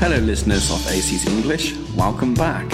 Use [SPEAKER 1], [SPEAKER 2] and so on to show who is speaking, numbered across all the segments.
[SPEAKER 1] Hello, listeners of AC's English. Welcome back.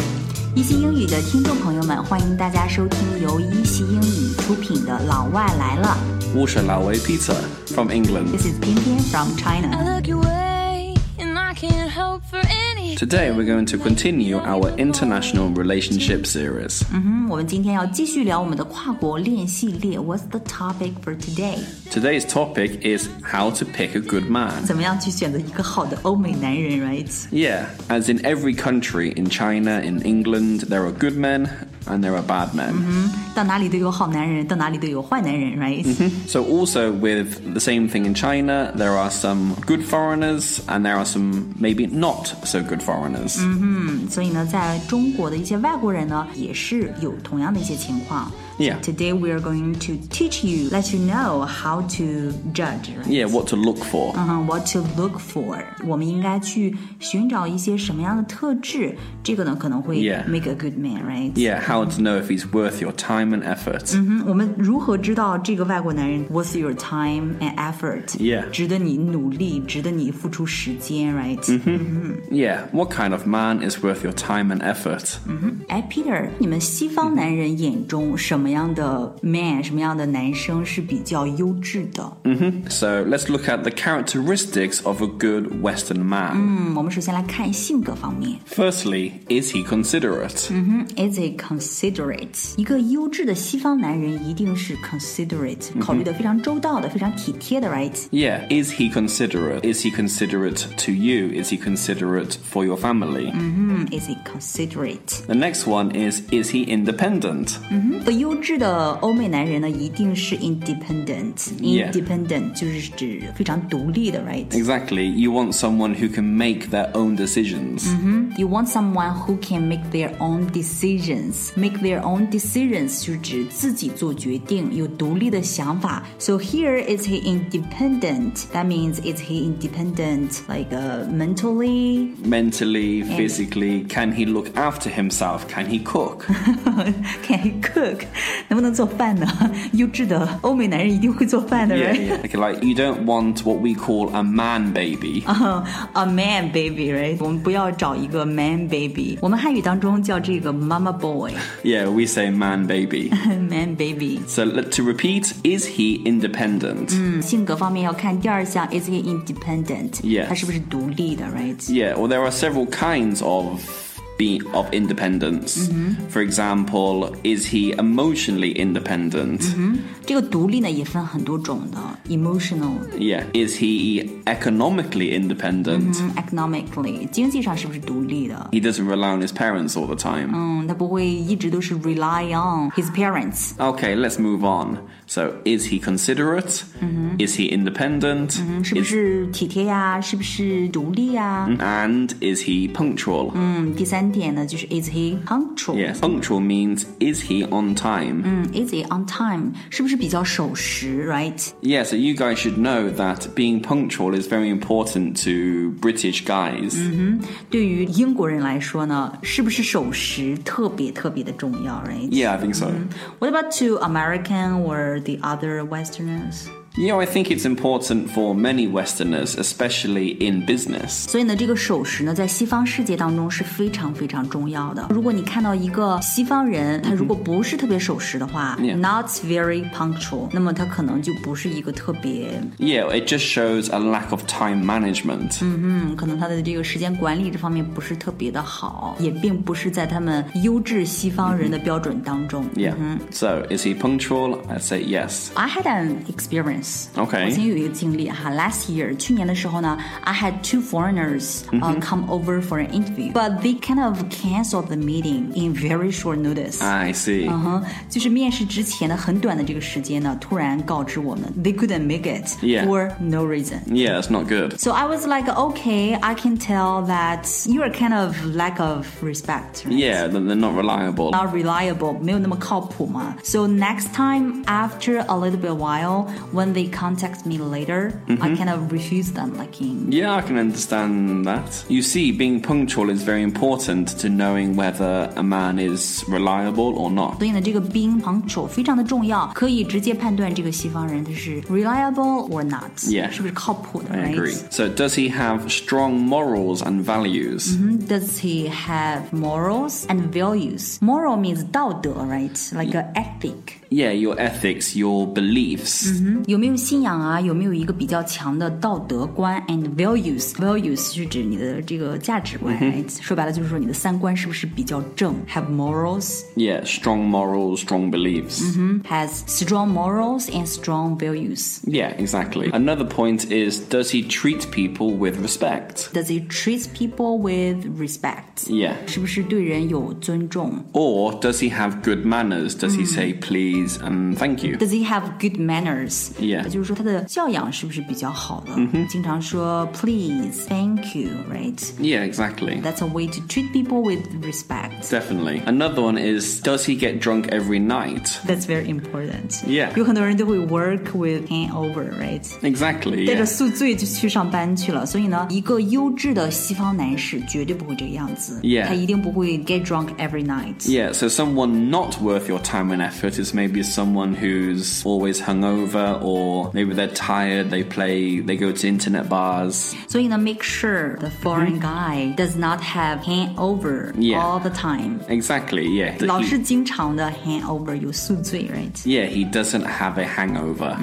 [SPEAKER 2] 一席英语的听众朋友们，欢迎大家收听由一席英语出品的《老外来了
[SPEAKER 1] Water Laowei Pizza from》England.
[SPEAKER 2] ，This is 偏偏 from
[SPEAKER 3] I
[SPEAKER 2] China。
[SPEAKER 3] look your way, and I can't hope for any.
[SPEAKER 1] Today, we're going to continue our international relationship series.
[SPEAKER 2] 嗯哼，我们今天要继续聊我们的跨国恋系列。What's the topic for today？
[SPEAKER 1] Today's topic is how to pick a good man.
[SPEAKER 2] 怎么样去选择一个好的欧美男人，right？
[SPEAKER 1] Yeah, as in every country, in China, in England, there are good men and there are bad men.
[SPEAKER 2] 到哪里都有好男人，到哪里都有坏男人，right？、嗯
[SPEAKER 1] So, also with the same thing in China, there are some good foreigners and there are some maybe not so good foreigners.
[SPEAKER 2] 所以呢，在中国的一些外国人呢，也是有同样的一些情况。
[SPEAKER 1] Yeah.
[SPEAKER 2] Today we are going to teach you, let you know how to judge. right?
[SPEAKER 1] Yeah, what to look for.
[SPEAKER 2] 嗯哼，what to look for？我们应该去寻找一些什么样的特质？这个呢，可能会
[SPEAKER 1] Yeah.
[SPEAKER 2] make a good man，right？、
[SPEAKER 1] Yeah, how to know if he's worth your time and effort.
[SPEAKER 2] 嗯，我们如何知道这个外国男人 worth your time and effort？
[SPEAKER 1] Yeah.
[SPEAKER 2] 值得你努力，值得你付出时间，right？
[SPEAKER 1] Mm-hmm Yeah, what kind of man is worth your time and effort?
[SPEAKER 2] 哎，Peter，你们西方男人眼中什么样的 man，什么样的男生是比较优质的？
[SPEAKER 1] Mm So let's look at the characteristics of a good Western man.
[SPEAKER 2] 嗯，我们首先来看性格方面。
[SPEAKER 1] Firstly, is he considerate?
[SPEAKER 2] Is it considerate？一个优质的西方男人一定是 considerate，、考虑的非常周到的，非常体贴的，right？
[SPEAKER 1] Yeah, is he considerate? Is he considerate to you? Is he considerate for your family?
[SPEAKER 2] 嗯，Is it considerate？
[SPEAKER 1] The next one is is he independent?
[SPEAKER 2] 嗯个优质的欧美男人呢，一定是 independent。
[SPEAKER 1] Yeah
[SPEAKER 2] independent 就是指非常独立的，right？You
[SPEAKER 1] Exactly. You want someone who can make their own decisions.
[SPEAKER 2] want someone who can make their own decisions. Make their own decisions 就是指自己做决定，有独立的想法。So here is he independent. That means is he independent like、uh, mentally,
[SPEAKER 1] Mentally, physically, can he look after himself? Can he cook?
[SPEAKER 2] Can he cook？能不能做饭呢？ 优质的欧美男人一定会做饭的
[SPEAKER 1] yeah,
[SPEAKER 2] 人。
[SPEAKER 1] yeah. Okay, like you don't want what we call a man baby.
[SPEAKER 2] A man baby，right？我们不要找一个 man baby，我们汉语当中叫这个 mama boy，man
[SPEAKER 1] Yeah, we say man baby.
[SPEAKER 2] baby。
[SPEAKER 1] so let- to repeat, is he independent?
[SPEAKER 2] 嗯，性格方面要看第二项，is he independent？、
[SPEAKER 1] Yes
[SPEAKER 2] 他是不是独立的，right？
[SPEAKER 1] Yeah, well, there are several kinds of be of independence. For example, is he emotionally independent?
[SPEAKER 2] 这个独立呢也分很多种的，emotional。
[SPEAKER 1] Yeah, is he economically independent?
[SPEAKER 2] 嗯，economically，经济上是不是独立的？
[SPEAKER 1] He doesn't rely on his parents all the time.
[SPEAKER 2] 嗯，他不会一直都是 rely on his parents。
[SPEAKER 1] Okay, let's move on. So, is he considerate? Is he independent?
[SPEAKER 2] 是不
[SPEAKER 1] Is-
[SPEAKER 2] 是体贴呀、是不是独立呀、
[SPEAKER 1] and is he punctual?
[SPEAKER 2] 嗯，第三点呢，就是 is he punctual？、
[SPEAKER 1] Yes, punctual means is he on time?
[SPEAKER 2] 嗯，is he on time？是不是比较守时，right？
[SPEAKER 1] Yeah, so you guys should know that being punctual is very important to British guys.
[SPEAKER 2] 对于英国人来说呢，是不是守时特别特别的重要，right？、
[SPEAKER 1] Yeah, I think so.
[SPEAKER 2] What about to American or the other Westerners？
[SPEAKER 1] You know, I think it's important for many Westerners, especially in business.
[SPEAKER 2] 所以呢，这个守时呢，在西方世界当中是非常非常重要的。如果你看到一个西方人，他如果不是特别守时的话
[SPEAKER 1] Yeah
[SPEAKER 2] ，not very punctual，那么他可能就不是一个特别
[SPEAKER 1] Yeah, it just shows a lack of time management.
[SPEAKER 2] 可能他的这个时间管理这方面不是特别的好，也并不是在他们优质西方人的标准当中。
[SPEAKER 1] Yeah. So, is he punctual? I'd say yes.
[SPEAKER 2] I had an experience.
[SPEAKER 1] Okay.
[SPEAKER 2] 我曾经有一个经历哈，last year 去年的时候呢，I had two foreigners、uh,
[SPEAKER 1] Mm-hmm。
[SPEAKER 2] come over for an interview, but they kind of canceled the meeting in very short notice.
[SPEAKER 1] I see.
[SPEAKER 2] 嗯哼，就是面试之前的很短的这个时间呢，突然告知我们 they couldn't make it
[SPEAKER 1] Yeah.
[SPEAKER 2] for no reason.
[SPEAKER 1] Yeah, it's not good.
[SPEAKER 2] So I was like, okay, I can tell that you are kind of lack of respect. Right?
[SPEAKER 1] Yeah, then they're not reliable.
[SPEAKER 2] Not reliable, 没有那么靠谱嘛。So next time, after a little bit while, when when they contact me later,
[SPEAKER 1] Mm-hmm.
[SPEAKER 2] I cannot refuse them. Like in
[SPEAKER 1] Yeah, I can understand that. You see, being punctual is very important to knowing whether a man is reliable or not.
[SPEAKER 2] 所以呢，这个 being punctual 非常的重要，可以直接判断这个西方人他是 reliable or not，、
[SPEAKER 1] Yeah.
[SPEAKER 2] 是不是靠谱的
[SPEAKER 1] I agree.
[SPEAKER 2] right?
[SPEAKER 1] So, does he have strong morals and values?
[SPEAKER 2] Mm-hmm. Does he have morals and values? Moral means 道德，right? Like a ethic.
[SPEAKER 1] Yeah, your ethics, your beliefs.
[SPEAKER 2] 有没有信仰啊？有没有一个比较强的道德观？And values values 是指你的这个价值观、right? 说白了就是说你的三观是不是比较正？Have morals,
[SPEAKER 1] Yeah, strong morals, strong beliefs.
[SPEAKER 2] Mm-hmm. has strong morals and strong values.
[SPEAKER 1] Yeah, exactly. Another point is does he treat people with respect?
[SPEAKER 2] Does he treat people with respect?
[SPEAKER 1] Yeah.
[SPEAKER 2] 是不是对人有尊重
[SPEAKER 1] Or does he have good manners? Does he say please and thank you?
[SPEAKER 2] Mm. ？Does he have good manners?
[SPEAKER 1] Yeah.
[SPEAKER 2] 就是说他的教养是不是比较好的？经常说 please, thank you, right?
[SPEAKER 1] Yeah, exactly.
[SPEAKER 2] That's a way to treat people with respect.
[SPEAKER 1] Definitely. Another one is does he get drunk every night?
[SPEAKER 2] That's very important.
[SPEAKER 1] Yeah.
[SPEAKER 2] 有很多人都会 work with hangover, right?
[SPEAKER 1] Exactly.
[SPEAKER 2] 带
[SPEAKER 1] yeah.
[SPEAKER 2] 着宿醉就去上班去了，所以呢，一个优质的西方男士绝对不会这个样子
[SPEAKER 1] Yeah.
[SPEAKER 2] 他一定不会 get drunk every night。
[SPEAKER 1] Yeah, so someone not worth your time and effort is maybe someone who's always hungover, or maybe they're tired, they play, they go to internet bars.
[SPEAKER 2] 所以呢，make sure the foreign guy does not have hangover
[SPEAKER 1] Yeah.
[SPEAKER 2] all the time，
[SPEAKER 1] Exactly, yeah. That
[SPEAKER 2] 老
[SPEAKER 1] he-
[SPEAKER 2] 是经常的 hangover 有宿醉
[SPEAKER 1] yeah, he doesn't have a hangover.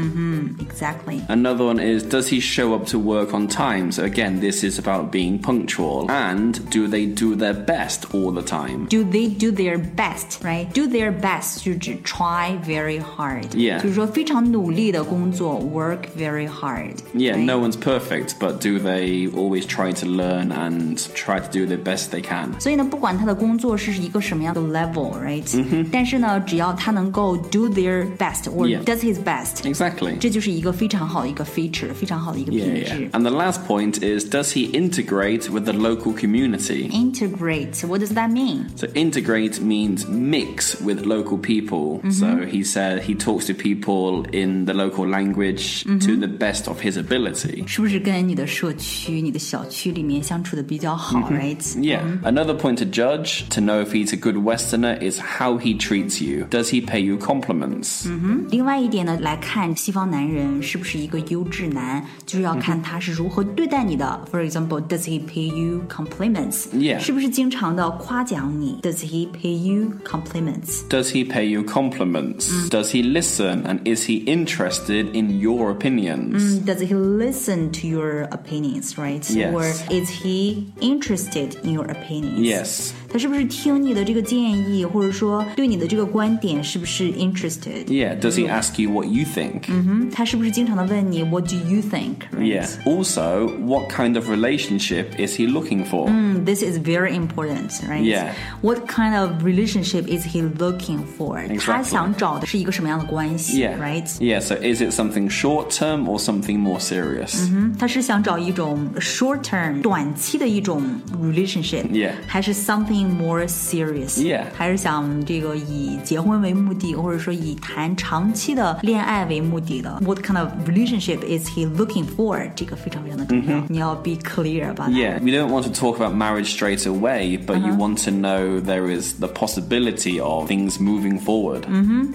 [SPEAKER 2] ，right？Exactly。
[SPEAKER 1] Another one is does he show up to work on time? So again, this is about being punctual. And do they do their best all the time?
[SPEAKER 2] Do they do their best, right? Do their best 就指 try very hard，、
[SPEAKER 1] Yeah.
[SPEAKER 2] 就是说非常努力的工作，work very hard。
[SPEAKER 1] Yeah,
[SPEAKER 2] right?
[SPEAKER 1] no one's perfect, but do they always try to learn and try to do the best they can?
[SPEAKER 2] 所以呢，不管他的工作是一个什么样的 level，right？、但是呢，只要他能够 do their best or
[SPEAKER 1] Mm-hmm. Yeah.
[SPEAKER 2] does his best，、
[SPEAKER 1] Exactly.
[SPEAKER 2] 这就是一个非常好的一个 feature，非常好的一个
[SPEAKER 1] Yeah,
[SPEAKER 2] 品
[SPEAKER 1] yeah.
[SPEAKER 2] 质。
[SPEAKER 1] And the last point is does he integrate with the local community?
[SPEAKER 2] Integrate. What does that mean?
[SPEAKER 1] So integrate means mix with local people. So he said he talks to people in the local language to the best of his ability.
[SPEAKER 2] 是不是跟你的社区、你的小区里面相处的比较好、r
[SPEAKER 1] Mm-hmm.
[SPEAKER 2] i g h t
[SPEAKER 1] Yeah. Another point to judge to know if he's a good Westerner is how he treats you. Does he pay you compliments?
[SPEAKER 2] 另外一点呢，来看西方男人是不是一个优质男，就是要看他是如何对待你的。For example, does he pay you compliments?
[SPEAKER 1] Yeah.
[SPEAKER 2] 是不是经常的夸奖你？Does he pay you compliments?
[SPEAKER 1] Does he pay you compliments? Does he listen and is he interested in your opinions?
[SPEAKER 2] Does he listen to your opinions, right?
[SPEAKER 1] Yes.
[SPEAKER 2] Or is he interested in your opinions?
[SPEAKER 1] Yes.
[SPEAKER 2] 他是不是听你的这个建议，或者说对你的这个观点是不是 interested？嗯
[SPEAKER 1] Yeah. Does he ask you what you think?
[SPEAKER 2] 他是不是经常的问你 What do you think?
[SPEAKER 1] Yeah. Also, what kind of relationship is he looking for?
[SPEAKER 2] This is very important, right?
[SPEAKER 1] Yeah.
[SPEAKER 2] What kind of relationship is he looking for?
[SPEAKER 1] Exactly.
[SPEAKER 2] 他想找的是一个什么样的关系
[SPEAKER 1] Yeah.
[SPEAKER 2] right?
[SPEAKER 1] Yeah. So, is it something short term or something more serious?
[SPEAKER 2] 他是想找一种 short term 短期的一种 relationship，、
[SPEAKER 1] Yeah.
[SPEAKER 2] 还是 something more serious？、
[SPEAKER 1] Yeah.
[SPEAKER 2] 还是想这个以结婚为目的，或者说以谈长期的恋爱为目的的？What kind of relationship is he looking for？这个非常非常的重要你要 be clear about that。
[SPEAKER 1] Mm-hmm. Yeah, we don't want to talk about marriage straight away, but
[SPEAKER 2] Uh-huh.
[SPEAKER 1] you want to know there is the possibility of things moving forward.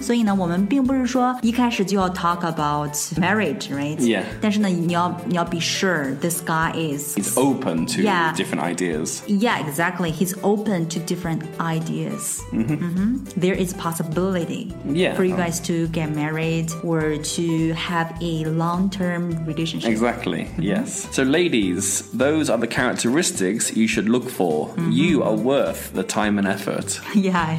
[SPEAKER 2] 所以呢，我们并不是说一开始就要 talk about marriage，right？、
[SPEAKER 1] Yeah.
[SPEAKER 2] 但是呢，你要你要 be sure this guy is
[SPEAKER 1] It's open to
[SPEAKER 2] Yeah.
[SPEAKER 1] different ideas.
[SPEAKER 2] Yeah, exactly. He's open to different ideas. Mhm. There is possibility
[SPEAKER 1] Mm-hmm. Yeah.
[SPEAKER 2] for you guys to get married or to have a long-term relationship.
[SPEAKER 1] Exactly,
[SPEAKER 2] Mm-hmm.
[SPEAKER 1] yes. So, ladies, those are the characteristics you should look for.
[SPEAKER 2] Mm-hmm.
[SPEAKER 1] You are worth the time and effort.
[SPEAKER 2] Yeah,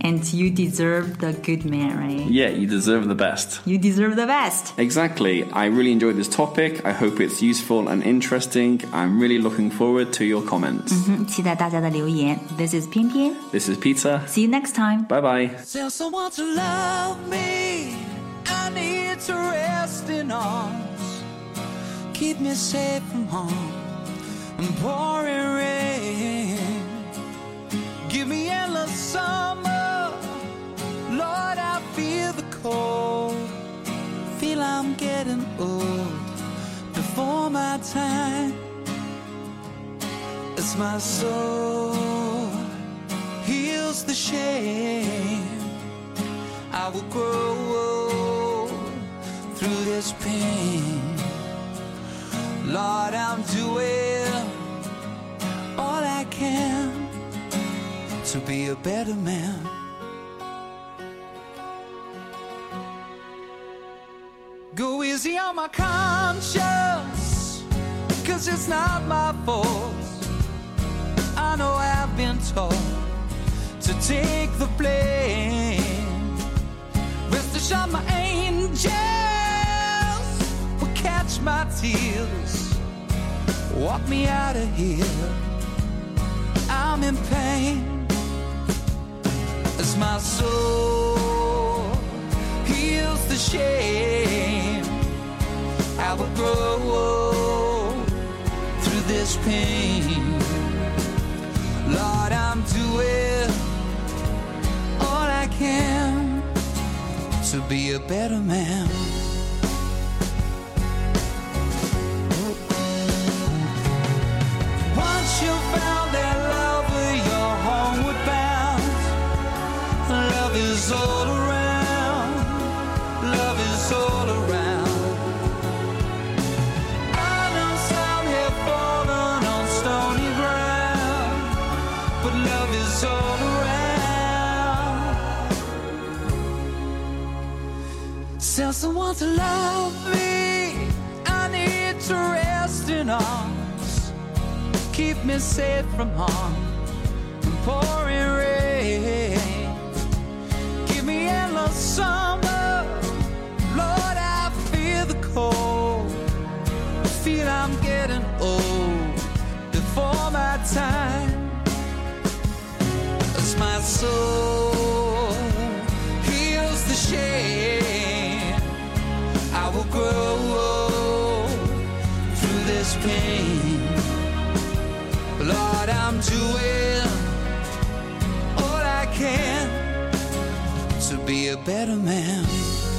[SPEAKER 2] and you deserve the good man, right?
[SPEAKER 1] Yeah, you deserve the best.
[SPEAKER 2] You deserve the best.
[SPEAKER 1] Exactly. I really enjoyed this topic. I hope it's useful and interesting. I'm really looking forward to your comments.
[SPEAKER 2] 嗯期待大家的留言。This is 偏偏
[SPEAKER 1] This is Peter.
[SPEAKER 2] See you next time.
[SPEAKER 1] Bye bye.
[SPEAKER 4] Tell someone to love me. I need to rest in arms. Keep me safe from harm and pouring rain. Give me endless summer. Lord, I feel the cold. Feel I I'm getting old before my time. As my soul heals the shame, I will grow old through this pain. Lord, I'm doing all I can to be a better man. Go easy on my conscience, cause it's not my fault. I know I've been told to take the blame. Rest assured, my angels will catch my tears, walk me out of here. I'm in pain as my soul heals the shame. I will grow old through this pain. Lord, I'm doing all I can to be a better man. Once you found that lover, your homeward bound. Love is all around. Love is all around. I know some have fallen on stony ground, but love is all around. Tell someone to love me. I need to rest in arms keep me safe from harm and pouring rain. Give me endless summer, Lord. I feel the cold. I feel I'm getting old before my time. As my soul heals the shame, I will grow old through this pain. Lord, I'm doing all I can to be a better man.